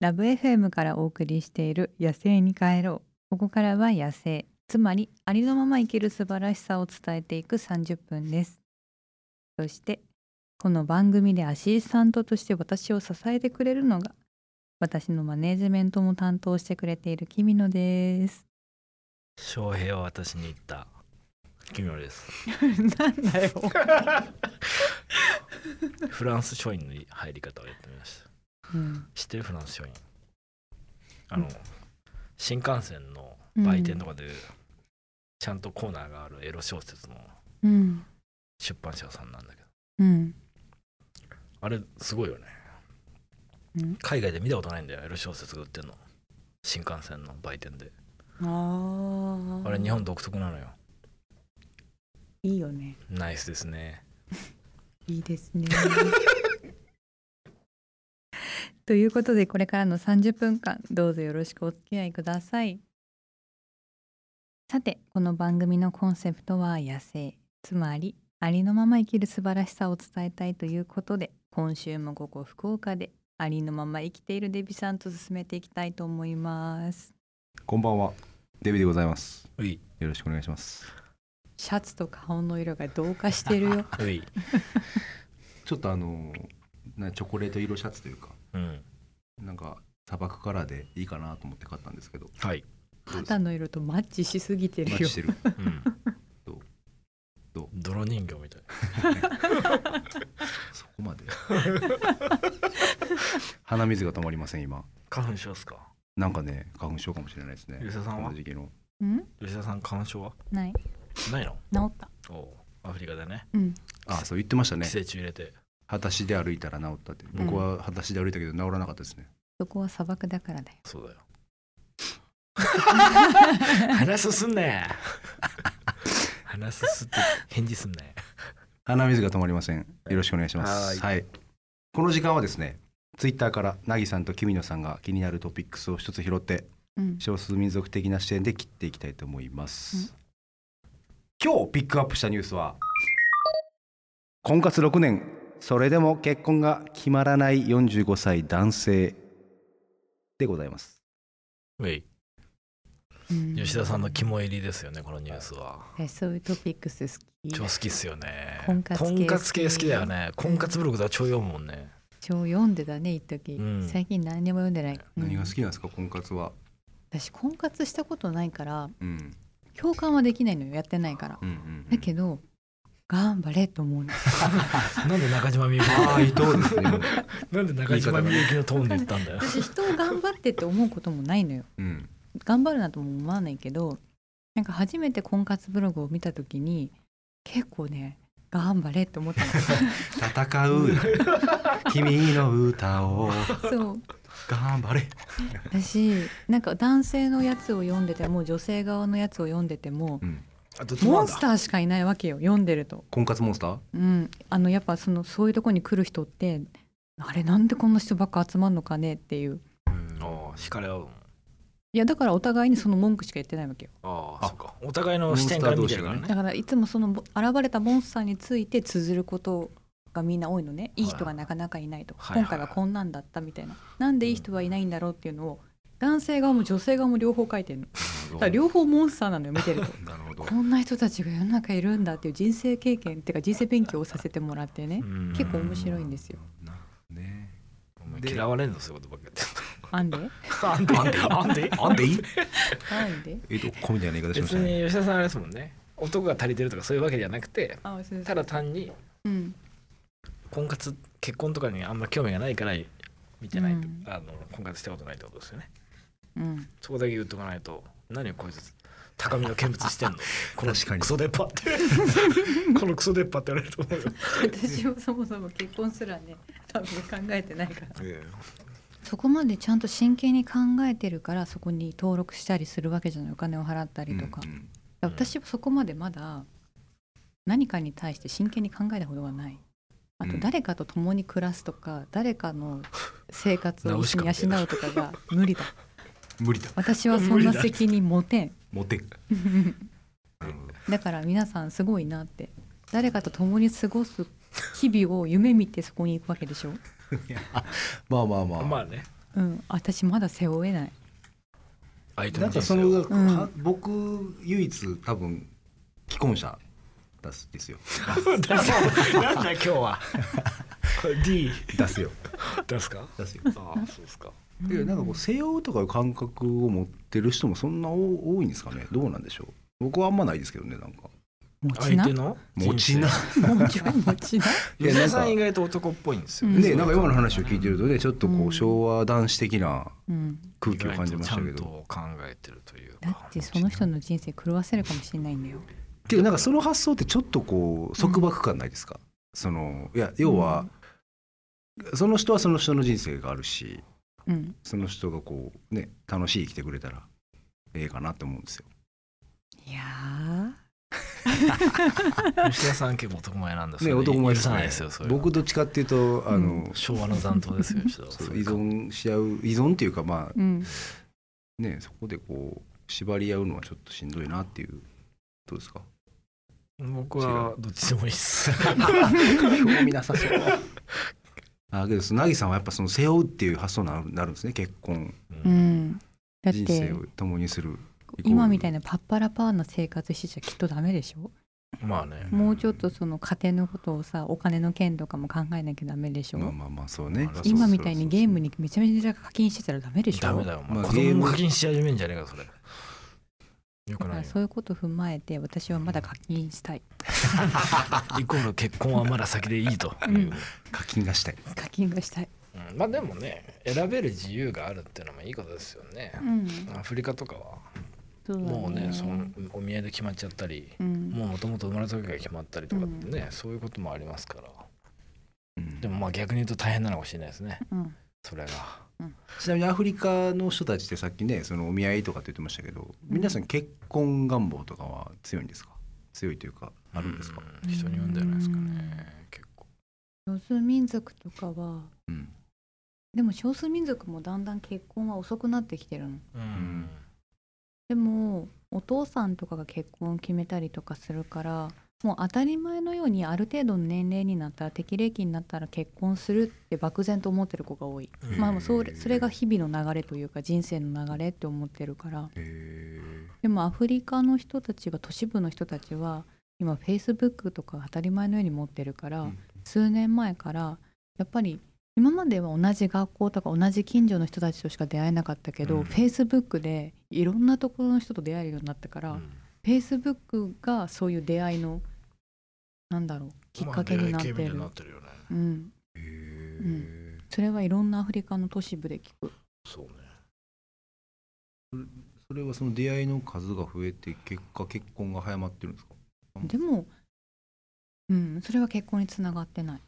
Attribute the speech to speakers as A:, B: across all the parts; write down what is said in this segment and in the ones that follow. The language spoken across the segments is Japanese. A: ラブ FM からお送りしている「野生に帰ろう」ここからは野生つまりありのまま生きる素晴らしさを伝えていく30分ですそしてこの番組でアシスタントとして私を支えてくれるのが私のマネージメントも担当してくれている君野です。
B: 翔平は私に言った君野です
A: なんだよ。
B: フランス書院の入り方をやってみました
A: うん、
B: 知ってるフランス書院あ
A: うん
B: の、新幹線の売店とかでちゃんとコーナーがあるエロ小説の
A: うん、
B: 出版社さんなんだけど
A: うん、
B: あれすごいよね
A: うん
B: 海外で見たことないんだよエロ小説が売ってんの新幹線の売店で
A: ああ。
B: あれ日本独特なのよ
A: いいよね。
B: ナイスですね
A: いいですね。 ということでこれからの30分間どうぞよろしくお付き合いください。さてこの番組のコンセプトは野生つまりありのまま生きる素晴らしさを伝えたいということで今週もここ福岡でありのまま生きているデビさんと進めていきたいと思います。
C: こんばんは、デビでございます。
B: うい
C: よろしくお願いします。
A: シャツと顔の色が同化してるよ。
B: うい
C: ちょっとあのなチョコレート色シャツというか、
B: うん
C: なんか砂漠カラーでいいかなと思って買ったんですけど、
B: はい、
C: どうです
A: 肌の色とマッチしすぎて
C: マ
A: る
C: ッチ
A: よ
C: し。てる。
B: うん、
C: どうどう
B: 泥人形みたい
C: そこまで。 鼻水が止まりません今。
B: 花粉症っすか
C: なんかね、花粉症かもしれないですね。
B: 吉田さん
C: こ
B: は
C: の時期の
A: ん？
B: 吉田さん花粉症は
A: ない。
B: ないの
A: 治った。
B: おアフリカでね
A: うん。
C: あ、そう言ってましたね
B: 寄。生虫入れて
C: 裸足で歩いたら治ったって。
B: うん
C: 僕は裸足で歩いたけど治らなかったですね。
A: そこは砂漠だからだよ。
B: そうだ よ話すんね話すって返事すんね
C: 鼻水が止まりません。よろしくお願いします。はいこの時間はですね、ツイッターからなぎさんときみのさんが気になるトピックスを一つ拾って
A: うん。
C: 少数民族的な視点で切っていきたいと思います、今日ピックアップしたニュースは婚活6年それでも結婚が決まらない45歳男性でございます
B: うい吉田さんの肝入りですよねこのニュースは
A: えそういうトピックス好き。
B: 超好きっすよね
A: 婚活系
B: 婚活系好きだよね婚活ブログだ超読むもんね
A: 超読んでたね一時、
B: うん
A: 最近何にも読んでない。うん
C: 何が好きなんですか婚活は
A: 私婚活したことないから
C: うん
A: 共感はできないのよやってないから。
C: うんうん
A: だけ
C: ど
A: ど頑張れと思う の。
B: なんで中島みゆき
C: ああ伊藤ですね、
B: なんで中島みゆきのトーンで言ったんだよ
A: 私人を頑張ってって思うこともないのよ。
C: うん、
A: 頑張るなとも思わないけどなんか初めて婚活ブログを見た時に結構ね頑張れって思ったの。
C: 戦う君の歌を
A: そう
C: 頑張れ
A: だしなんか男性のやつを読んでても女性側のやつを読んでても
B: あどっちも
A: モ
B: あん
A: ン
B: だ
A: スターしかいないわけよ読んでると、
C: 婚活モンスター
A: うん、あのやっぱそのそういうとこに来る人ってあれなんでこんな人ばっか集まんのかねっていう
B: ああ惹かれ合うもん
A: いやだからお互いにその文句しか言ってないわけよ
B: ああ
C: あ
B: そうかお互いの視点から見てるからね
A: だからいつもそのぼ現れたモンスターについて綴ることがみんな多いのねいい人がなかなかいないとか、
B: はいはい
A: 今回はこんなんだったみたいななんでいい人はいないんだろうっていうのを男性側も女性側も両方書いてるのだから両方モンスターなのよ見てると。
C: なるほど
A: こんな人たちが世の中いるんだっていう人生経験っていうか人生勉強をさせてもらってね
B: うん
A: 結構面白いんですよ。
C: なるほどね
B: お前
C: で
B: 嫌われんぞそういうことばっか
A: あんで
B: やってんのなんでなんでなんで
A: あんで
C: えっと、こみたいな言い方しま
B: 別
C: したね。
B: に吉田さんあれですもんね男が足りてるとかそういうわけじゃなくて
A: あそう
B: ただ単に
A: うん
B: 婚活結婚とかにあんま興味がないから見てないと、
A: うん
B: あの婚活したことないってことですよね
A: うん
B: そこだけ言っとかないと何こいつ高みの見物 してんのこの
C: 確かに
B: クソ出っ歯って このクソ出っ歯って言われると思うよ
A: 私はそもそも結婚すらね多分考えてないから
B: え
A: そこまでちゃんと真剣に考えてるからそこに登録したりするわけじゃないお金を払ったりとか,、
C: うんうん
B: うん
A: 私はそこまでまだ何かに対して真剣に考えたことがないあ
C: う
A: と
C: ん
A: 誰かと共に暮らすとか、誰かの生活を一緒に
B: ナウシカみたい
A: 養うとかが無理だ
C: 無理だ。
A: 私はそんな責任持てん
C: モテ。なる
A: だから皆さんすごいなって誰かと共に過ごす日々を夢見てそこに行くわけでしょ
C: ほどまあまあまあ。
B: まあね
A: うん、私まだ背負えない。
B: 相手
C: な
B: の
C: んか
B: 人
C: そ
B: 生
C: の、
B: を
A: ん
C: 僕唯一多分既婚者出すですよ
B: なんだ今日はこれ D
C: 出すよ
B: 出すか
C: 出すよ
B: ああそうですか
C: いやなんかこう背負うとかいう感覚を持ってる人もそんな多多いんですかねどうなんでしょう僕はあんまないですけどねなんか
A: 持ち
B: 相
A: な
B: 手。の
C: 持ちな
A: 持ちな。持ちな。
B: 吉田さ
C: い
B: ん
C: や
B: 意
C: なんか
B: 外と男っぽいんですよ
A: うん
C: ねなんか今の話を聞いてるとねちょっとこ
A: うん
C: う昭和男子的な
A: うん。
C: 空気を感じましたけ
B: 意外とちゃんと
C: ど、
B: 考えてるというか
A: だってその人の人生狂わせるかもしれないんだよ。
C: けどなんかその発想ってちょっとこう束縛感ないですか、そのいや要は、その人はその人の人生があるし
A: うん。
C: その人がこうね楽しい生きてくれたらええかなって思うんですよ
A: いやー。
B: 吉田さん結構男前なんです
C: ね
B: よ
C: 男前で
B: 許
C: す
B: さない
C: ね
B: ですよそういうの
C: 僕どっちかっていうとあの、
A: うん
B: 昭和の残党ですよ吉田は
C: そう
B: そうい
C: 依
B: うか
C: 存し合う依存っていうかまあ
A: うん。
C: ねそこでこう縛り合うのはちょっとしんどいなっていうどうですか
B: 僕はどっちでもいいっす
C: 興味なさそう あけどそのなぎさんはやっぱその背負うっていう発想になるなるんですね結婚
A: うん。だっ
C: 人生
A: て
C: を共にする
A: 今みたいなパッパラパーな生活してちゃきっとダメでしょ。
B: まあね
A: もうちょっとその家庭のことをさお金の件とかも考えなきゃダメでしょ。
C: まあまあまあそうね
B: まあ
A: 今みたいにゲーム
C: に
A: にめちゃめちゃ課金してたらダメでしょ。
B: ダメだよお前
C: まあ
B: 子供も課金し始めんじゃねえかそれよく
A: だか
B: な
A: ら
B: い
A: そう
B: よ
A: いうこと踏まえて私はまだ課金したい。
B: イコール結婚はまだ先でいいと
A: うん
C: 課金がしたい
A: 課金がしたい。
B: うんまあでもね選べる自由があるってのもいいことですよね
A: うん。
B: アフリカとかは
A: そうだ
B: もうねそのお見合いで決まっちゃったり
A: うん。
B: もうもともと生まれた時が決まったりとかってねそういうこともありますから
C: うん
B: でもまあ逆に言うと大変なのかもしれないですね
A: うん。
B: それが
C: ちなみにアフリカの人たちってさっきねそのお見合いとかって言ってましたけど皆さん結婚願望とかは強いんですか強いというかあるんですか、
B: うん人によるんじゃないですかね結構
A: 少数民族とかは
C: うん
A: でも少数民族もだんだん結婚は遅くなってきてるの
B: うん
A: でもお父さんとかが結婚を決めたりとかするからもう当たり前のようにある程度の年齢になったら適齢期になったら結婚するって漠然と思ってる子が多い、
B: うん
A: まあもうそれそれが日々の流れというか人生の流れって思ってるから
C: へえ
A: でもアフリカの人たちは都市部の人たちは今フェイスブックとか当たり前のように持ってるから、
C: うん
A: 数年前からやっぱり今までは同じ学校とか同じ近所の人たちとしか出会えなかったけ
B: う
A: ど
B: ん
A: フェイスブックでいろんなところの人と出会えるようになったから、
B: うん
A: フェイスブックがそういう出会いのなんだろうきっかけになって
B: まあ出会い系みたい
A: る
B: になってるよね
A: うん、
C: へえ、
A: それはいろんなアフリカの都市部で聞く
B: そうね
C: それはその出会いの数が増えて結果結婚が早まってるんですか
A: でもうんそれは結婚につながってない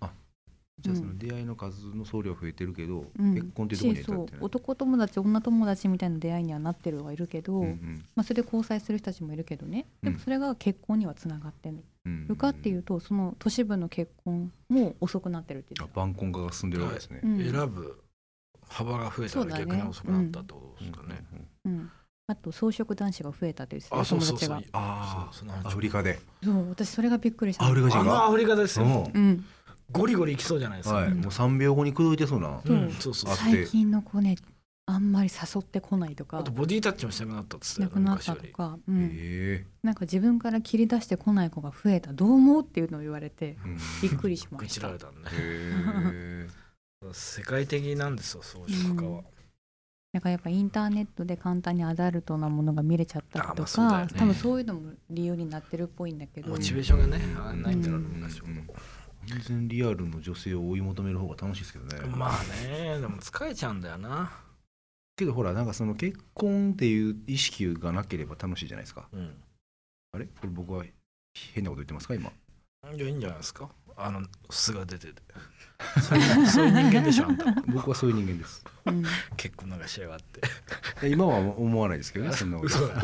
C: じ
A: う
C: ゃあ
A: ん
C: その出会いの数の総量は増えてるけど、
A: うん
C: 結婚っていうところに
A: しそ
C: 至っ
A: う
C: てない、
A: 男友達女友達みたいな出会いにはなってるはいるけど、
C: うんうん
A: まあ、それで交際する人たちもいるけどねで
C: う
A: も
C: ん
A: それが結婚にはつながって
C: うん
A: るかっていうとその都市部の結婚も遅くなってるって言
C: あ
A: ってた
C: 晩婚化が進んでるわけですね、
A: うん
B: 選ぶ幅が増えた
A: そう
B: ら
A: だね
B: 逆に遅くなったってことですかね
C: うんうんうん
A: うん、あと草食男子が増えたって言ってた
B: あそうそ
A: 友
B: う
A: 達
B: そ
A: が
B: う
C: あー
B: そうその話
C: アフリカで
A: そう私それがびっくりした
C: アフリカ
B: あ
C: 人
B: の
C: が
B: アフリカです
C: う
B: よ
C: ん
A: うん
B: ゴリゴリいきそうじゃないですか、
C: は
A: う
C: い、
A: ん
C: もう3秒後に口説いてそうな、
A: そう
B: うんそうそうそう
C: あって
A: 最近の子ねあんまり誘ってこないと
B: あ
A: か
B: とボディタッチもしたくなったっつって
A: なく
B: たよね
A: なっ
B: 昔
A: た
B: よ
A: と
B: り
A: か、うん、
C: へえ
A: なんか自分から切り出してこない子が増えたどう思うっていうのを言われて
C: うんへ
A: びっくりしま
B: 愚
A: し
B: 痴
A: た
B: られたんね
C: え
B: 世界的なんですよ装飾家は、
A: だからやっぱインターネットで簡単にアダルトなものが見れちゃったりと
B: あま
A: か、
B: あそうだよね
A: 多分そういうのも理由になってるっぽいんだけど
B: モチベーションがね
C: うん
B: あないってのは昔ほど、
C: 全然リアルの女性を追い求める方が楽しいですけどね、
B: まあねでも疲れちゃうんだよな、
C: けどほらなんかその結婚っていう意識がなければ楽しいじゃないですか
B: うん、
C: あれこれ僕は変なこと言ってますか 今
B: いやいいんじゃないですかあの素が 出ててそういうそういう人間でしょあん た
C: 僕はそういう人間です
A: うん
B: 結婚なんかしやがって
C: いや今は思わないですけどねそんなこと
B: 嘘だ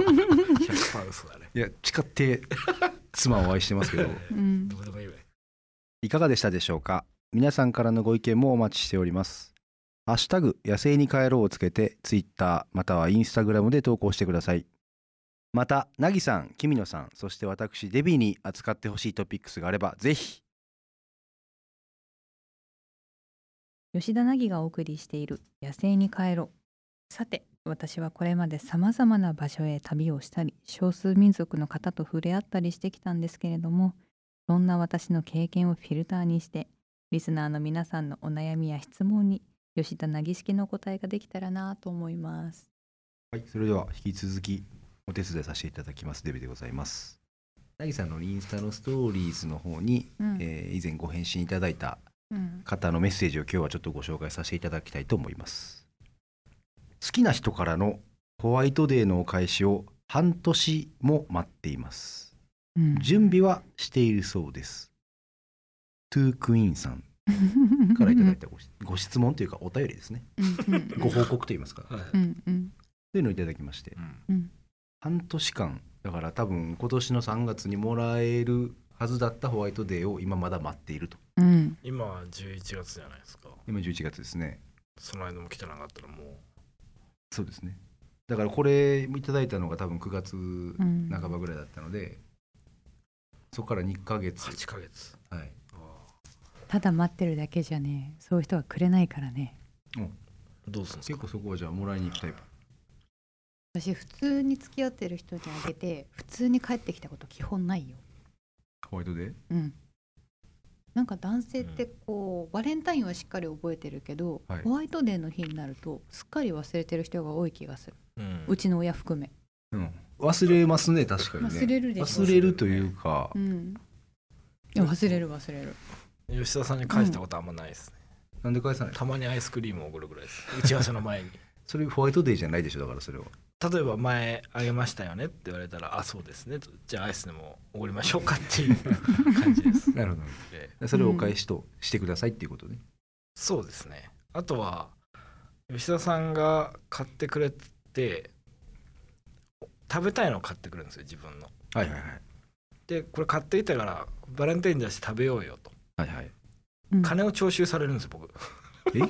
B: 100%嘘だね
C: いや誓って妻を愛してますけど
A: うん
B: どうでもいいわ
C: いかがでしたでしょうか皆さんからのご意見もお待ちしておりますハッシュタグ野生に帰ろうをつけてツイッターまたはインスタグラムで投稿してくださいまたなぎさんきみのさんそして私デビーに扱ってほしいトピックスがあればぜひ
D: 吉田凪がお送りしている「野生に帰ろう」さて私はこれまでさまざまな場所へ旅をしたり少数民族の方と触れ合ったりしてきたんですけれどもそんな私の経験をフィルターにしてリスナーの皆さんのお悩みや質問に吉田凪式の答えができたらなと思います。
C: はい、それでは引き続きお手伝いさせていただきますデビでございます。なぎさんのインスタのストーリーズの方に、
D: うん
C: えー以前ご返信いただいた
D: うん
C: 方のメッセージを今日はちょっとご紹介させていただきたいと思います。好きな人からのホワイトデーのお返しを半年も待っています。
D: うん
C: 準備はしているそうです。トゥークイーンさん からいただいたごしご質問というかお便りですね。
D: うんうん
C: ご報告といいますか。
B: はい
D: うんうん
C: というのをいただきまして
B: う、ん
D: うん
C: 半年間だから多分今年の3月にもらえるはずだったホワイトデーを今まだ待っていると
D: うん
B: 今は11月じゃないですか
C: 今11月ですね
B: その間も来てなかったらも
C: そうですねだからこれいただいたのが多分9月
D: うん
C: 半ばぐらいだったのでそこから2ヶ
B: う
C: 月、
B: 8ヶ月
C: はい、
B: ああ
D: ただ待ってるだけじゃねそういう人はくれないからね
B: どうするんです
C: 結
B: か
C: 構そこはじゃあもらいに行くタイプ
A: 私普通に付き合ってる人にあげて普通に帰ってきたこと基本ないよ
C: ホワイトデー
A: うんなんか男性ってこう、バレンタインはしっかり覚えてるけど、
C: はい
A: ホワイトデーの日になるとすっかり忘れてる人が多い気がする、
B: うん
A: うちの親含め
C: うん忘れますね確かにね
A: 忘れるでしょ
C: 忘れるというか
A: う、んいや忘れる忘れる
B: 吉田さんに返したことあんまないですね、
C: なんで返さない
B: たまにアイスクリームを送るぐらいです打ち合わせの前に
C: それホワイトデーじゃないでしょだからそれは
B: 例えば前あげましたよねって言われたらあそうですねとじゃあアイスでもおごりましょうかっていう感じ です
C: なるほ
B: で
C: どそれをお返しとしてくださいっていうことね、
B: そうですねあとは吉田さんが買ってくれて食べたいのを買ってくるんですよ自分の
C: はいはいはい
B: でこれ買っていたからバレンタインだし食べようよと
C: はいはい
D: うん
B: 金を徴収されるんです僕
C: え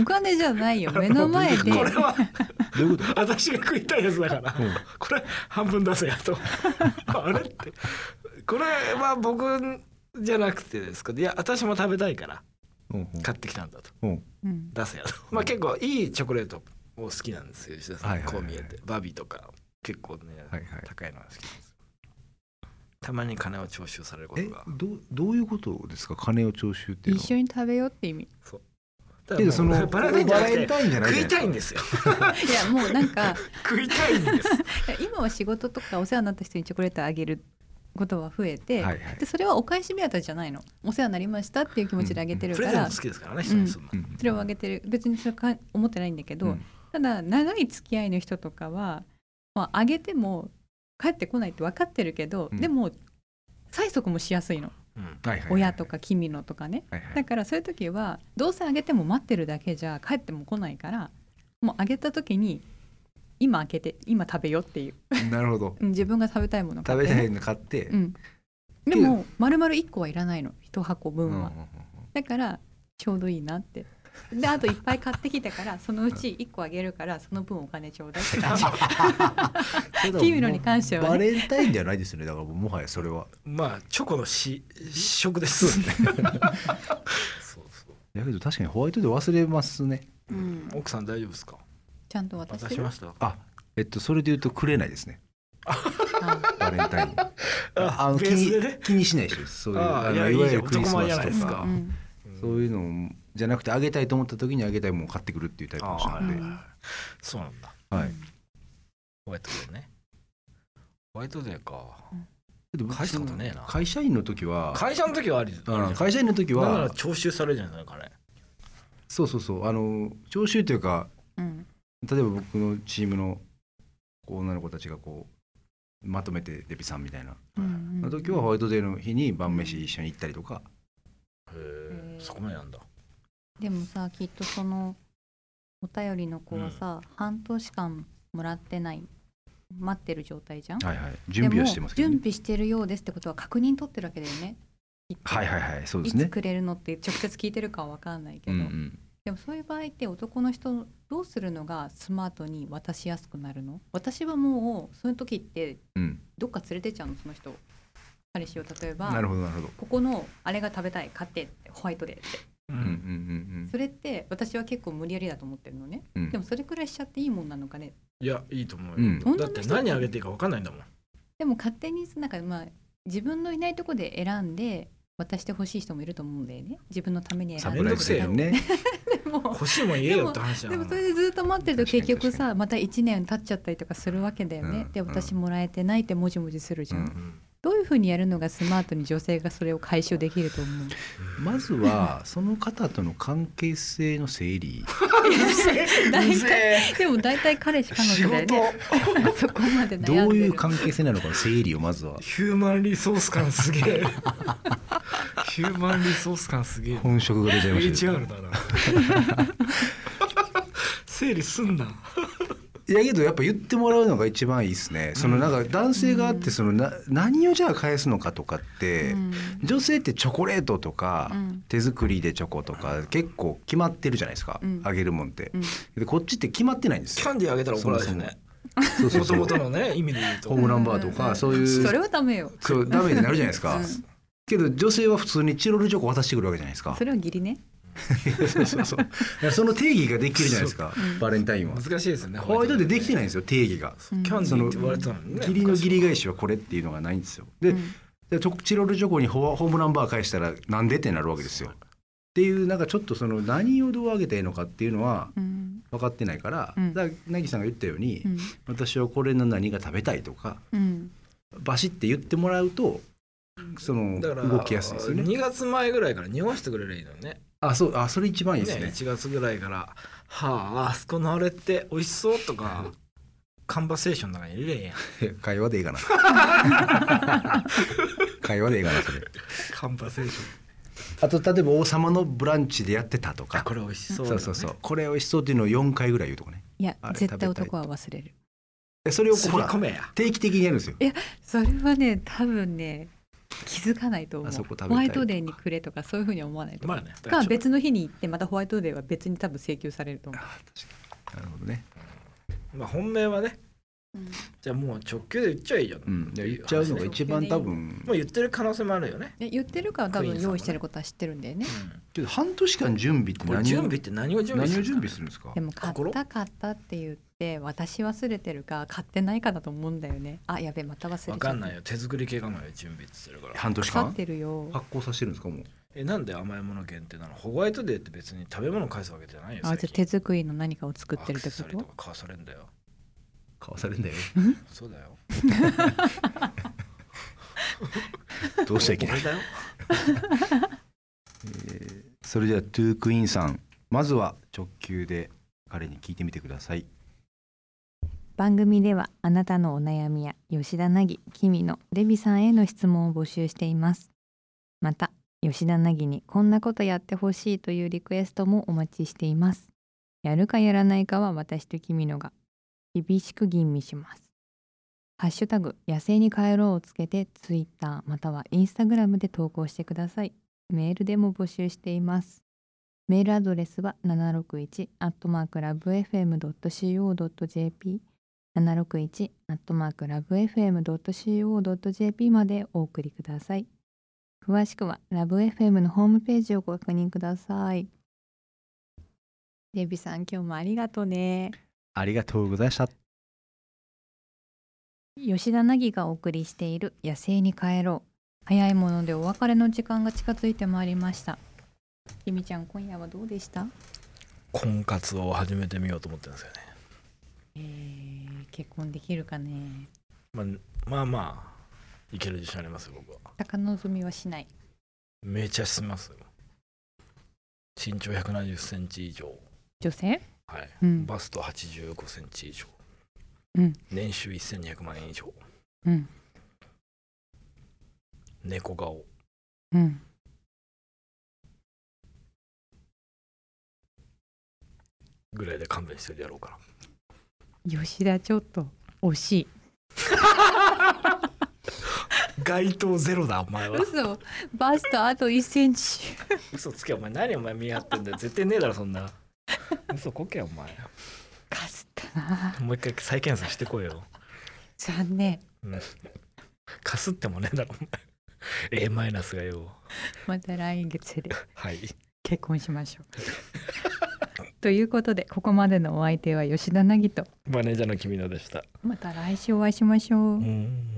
D: お金じゃないよ目の前で
B: これは
C: どういうこと
B: 私が食いたいやつだから、
C: うん
B: これ半分出せやと あれってこれは僕じゃなくてですかいや私も食べたいから
C: うんうん
B: 買ってきたんだと
D: うん
B: 出せやと まあ結構いいチョコレートを好きなんですよ吉田さん、
C: はいはいはい
B: こう見えてバービーとか結構ね、
C: はいはい。
B: 高いのが好きなんですよたまに金を徴収されること
C: え
B: が、
C: どうどういうことですか金を徴収っていうの
A: 一
C: は。
A: 緒に食べようって意味
B: ただ
C: け
B: も
C: ど
B: う
C: その
B: バレンタインじゃなくて
C: バレンタインじゃない
B: 食いたいん
C: で
B: ですよ
A: いやもうなんか
B: 食いたいんです
A: 今は仕事とかお世話になった人にチョコレートあげることは増えて、
C: はいはい
A: でそれはお返し目当てじゃないのお世話になりましたっていう気持ちであげてる
B: プ
A: か
B: レゼン
A: ら、
B: ト好きですからね人にするの、
C: すか。
A: それをあげてる別にそれか思ってないんだけど、
C: うん
A: ただ長い付き合いの人とかは、まあ、あげても帰ってこないって分かってるけど、
C: うん
A: でも催促もしやすいの
B: うん
C: はいはいはい
A: 親と。か君のとかね
C: はいはい
A: だからそういう時はどうせあげても待ってるだけじゃ帰っても来ないからもうあげた時に今開けて今食べよっていう
C: なるほど。
A: うん自分が食べたいもの買
C: 食
A: っ
C: べ
A: てね
C: たいの買って。
A: うん、でも丸々1個はいらないの1箱
C: うんうん
A: 分
C: うんう
A: は、
C: ん
A: だからちょうどいいなってであといっぱい買ってきたからそのうち1個あげるからその分お金ちょうだい って感じ君のに関してはね
C: バレンタインじゃないですよね。だからもはやそれは。
B: まあチョコのし試食です。 そうそ
C: だけど確かにホワイトで忘れますね。
A: うん
B: う。奥さん大丈夫ですか？
A: ちゃんと渡し
B: 渡
A: て
B: し
A: る
B: ました。
C: あ、えっとそれで言うとくれないですね。
A: あ
C: バレンタイン。
B: あ
C: の
B: ベ
C: 気
B: ースで
C: に
B: ね。
C: 気にしない人です。そういう
B: あー
C: あ
B: いや
C: のいわゆ
B: いい
C: るクリスマ
B: 男前じゃないで
C: ス
B: す
C: と
B: か
C: か
A: う。ん
C: そういうのじゃなくてあげたいと思った時にあげたいものを買ってくるっていうタイプの人な
B: あー
C: ん
B: はい
C: で
B: はい。はいそうなんだ。
C: はい。
B: ホワイトデーね。ホワイトデーか。
C: でも
B: 返したことねえな
C: 会社員の時は。
B: 会社の時はあり。
C: うん会社員の時
B: なんなら
C: は
B: 徴収されるじゃないかね。
C: そうそうそうあの徴収というか
A: うん
C: 例えば僕のチームのこう女の子たちがこうまとめてデビさんみたいな、
A: うんうん
C: 時はホワイトデーの日に晩飯一緒に行ったりとか、
B: へ
A: へ。
B: え
A: え
B: そこまでなんだ。
A: でもさきっとそのお便りの子はさ、半年間もらってない待ってる状態じゃん
C: はいはい準備はしてますけ
A: で
C: ど、
A: も
C: ね、
A: 準備してるようですってことは確認取ってるわけだよね
C: はいはいはいそうで
A: い
C: す
A: つ
C: ね
A: くれるのって直接聞いてるかは分かんないけ
C: う
A: ど、
C: んうん
A: でもそういう場合って男の人どうするのがスマートに渡しやすくなるの私はもうそういう時って
C: うん
A: どっか連れてっちゃうのその人を彼氏を例えば
C: なるほどなるほど
A: ここのあれが食べたい買ってってホワイトデーって
B: う
C: うんうん
B: ん
C: うん
E: それって私は結構無理やりだと思ってるのね、
C: うん
E: でもそれくらいしちゃっていいもんなのかね
B: いやいいと思う
C: う
B: よ
C: ん、
B: だって何あげていいか分かんないんだもん
E: でも勝手になんかまあ自分のいないとこで選んで渡してほしい人もいると思うんだよね自分のために
C: サ
E: 選ん
B: め
E: で
B: んど
C: プライ
B: く
C: ズ
B: せえ
C: 的
B: よ
C: にね
E: もう
B: 欲しいもん言えよって話
E: で
B: な
E: も
B: の
E: それでずっと待ってると結局
C: 確かに確か
E: さまた1年経っちゃったりとかするわけだよね、
C: うん
E: で
C: うん
E: 私もらえてないってもじもじするじゃん、
C: うん
E: どういうふうにやるのがスマートに女性がそれを解消できると思う
C: まずはその方との関係性の整理
E: 大
B: うぜえ
E: 体でも大体彼氏彼女だよねそこまで悩んでる
C: どういう関係性なのかの整理をまずは
B: ヒューマンリソース感すげえヒューマンリソース感すげえ
C: 本職が出ちゃいましたけど
B: HR だな 整理すんない
C: やけどやっぱ言ってもらうのが一番いいですねそのなんか男性があってそのな何をじゃあ返すのかとかって、
E: うん
C: 女性ってチョコレートとか、
E: うん
C: 手作りでチョコとか結構決まってるじゃないですか、
E: うん
C: あげるもんって
E: うん
C: でこっちって決まってないんです
B: キ
C: よ
B: ャンディーあげたら怒られるよね
C: そうそう
B: も
C: そ
B: と
C: う
B: もとのね意味で言うと
C: ホームランバーとか、
E: うん
C: そういう
E: それはダメよ
C: そうダメになるじゃないですか、
E: うん
C: けど女性は普通にチロルチョコ渡してくるわけじゃないですか
E: それは義理ね
C: そうそうそうだからその定義ができるじゃないですか、
E: うん
C: バレンタインは
B: 難しいですよね
C: ホワイトデーできてないん
B: い
C: ですよ定義が
B: キャンディーって言われてたもんね
C: 義理の義理返しはこれっていうのがないんですよで、
E: うん
C: でチョコチロルチョコにホワホームランバー返したらなんでってなるわけですよっていうなんかちょっとその何をどう上げていいのかっていうのは
E: うん
C: 分かってないから、
E: うん
C: だからナギさんが言ったように、
E: うん
C: 私はこれの何が食べたいとか
E: うん
C: バシって言ってもらうとその
B: だから
C: 動きやすいですよね
B: 2月前ぐらいから濁してくれるいいのね
C: あそうあそれ一番いいですね
B: 1月ぐらいから「はああそこのあれって美味しそう」とかカンバセーションの中に入れれん やん
C: 会話でいいかな 会話でいいかなそれ
B: カンバセーション
C: あと例えば「王様のブランチ」でやってたと
B: あ
C: か
B: これ美味しそうだ
C: そ
B: ね
C: うそうそうこれ美味しそうっていうのを4回ぐらい言うとかね
E: いや
C: あれ
E: 絶対男は忘れる
C: でそれを
B: す
C: ほ
B: り
C: ら
B: 込めや
C: 定期的にやるんですよ
E: それはね多分ね気づかないと思
C: あ
E: う
C: そこ食べたいと
E: ホワイトデーにくれとかそういうふうに思わないと思
B: ま
E: う、
B: あね
E: か別の日に行ってまたホワイトデーは別に多分請求されると思う
C: あ確かになるほどね
B: まあ本命はねじゃあもう直球で言っちゃいいよ、
C: うんで言っちゃうのが一番多分
B: もう言ってる可能性もあるよね、
E: え言ってるから多
B: クイーン
E: 分
B: さんも
E: 用
B: ね
E: 意してることは知ってるんだよね
C: けど半年間準備って
B: これ
C: 何を
B: 準備って何を準備
C: 何
B: す
C: を
B: る
C: 準備するんですか
E: でも買っ
B: 心
E: た買ったって言って私忘れてるか買ってないかだと思うんだよねあやべまた忘れちゃっ
B: わ
E: た
B: かんないよ手作り系かもよ準備ってするから
C: 半年
E: 腐っ
C: 間
E: てるよ
C: 発酵させてるんですかもう
B: えなんで甘いもの限定なのホワイトデーって別に食べ物返すわけじゃないよ
E: あじゃあ手作りの何かを作ってるっ
B: ア
E: て
B: クセサ
E: こ
B: リーと
E: と
B: か買わされんだよ
C: 買わされるんだよ
B: そうだよ
C: どうしちゃいけない
B: 俺 だよ
C: それではトゥークインさんまずは直球で彼に聞いてみてください
A: 番組ではあなたのお悩みや吉田凪、君のデビさんへの質問を募集していますまた吉田凪にこんなことやってほしいというリクエストもお待ちしていますやるかやらないかは私と君のが厳しく吟味しますハッシュタグ野生に帰ろうをつけてツイッターまたはインスタグラムで投稿してくださいメールでも募集していますメールアドレスは761アットマークラブ FM.co.jp 761アットマークラブ FM.co.jp までお送りください。詳しくはラブ FM のホームページをご確認ください。デビさん今日もありがとうね。
C: ありがとうございました
A: 吉田凪がお送りしている「野生に帰ろう」早いものでお別れの時間が近づいてまいりました。ゆみちゃん今夜はどうでした
B: 婚活を始めてみようと思ってるんですよね、
A: えー、結婚できるかね
B: まあ、まあまあいける自信ありますよ僕は
A: 高望みはしない
B: めちゃ進みますよ身長1 7 0ンチ以上
A: 女性
B: はい、
A: うん
B: バスト8 5センチ以上、
A: うん
B: 年収1200万円以上
A: うん
B: 猫顔
A: うん
B: ぐらいで勘弁してるやろうから
A: 吉田ちょっと惜しい
B: 該当ゼロだお前は
A: 嘘バストあと1センチ
B: 嘘つけお前何お前見合ってんだよ絶対ねえだろそんな 嘘こけお前
A: かすったな
B: もう一回再検査してこいよ
A: 残念
B: かすってもねえだろお前 A マイナスがよ
A: また来月で
B: はい
A: 結婚しましょう。 ということでここまでのお相手は吉田凪と
B: マネージャーの君のでした。
A: また来週お会いしましょう。
B: うん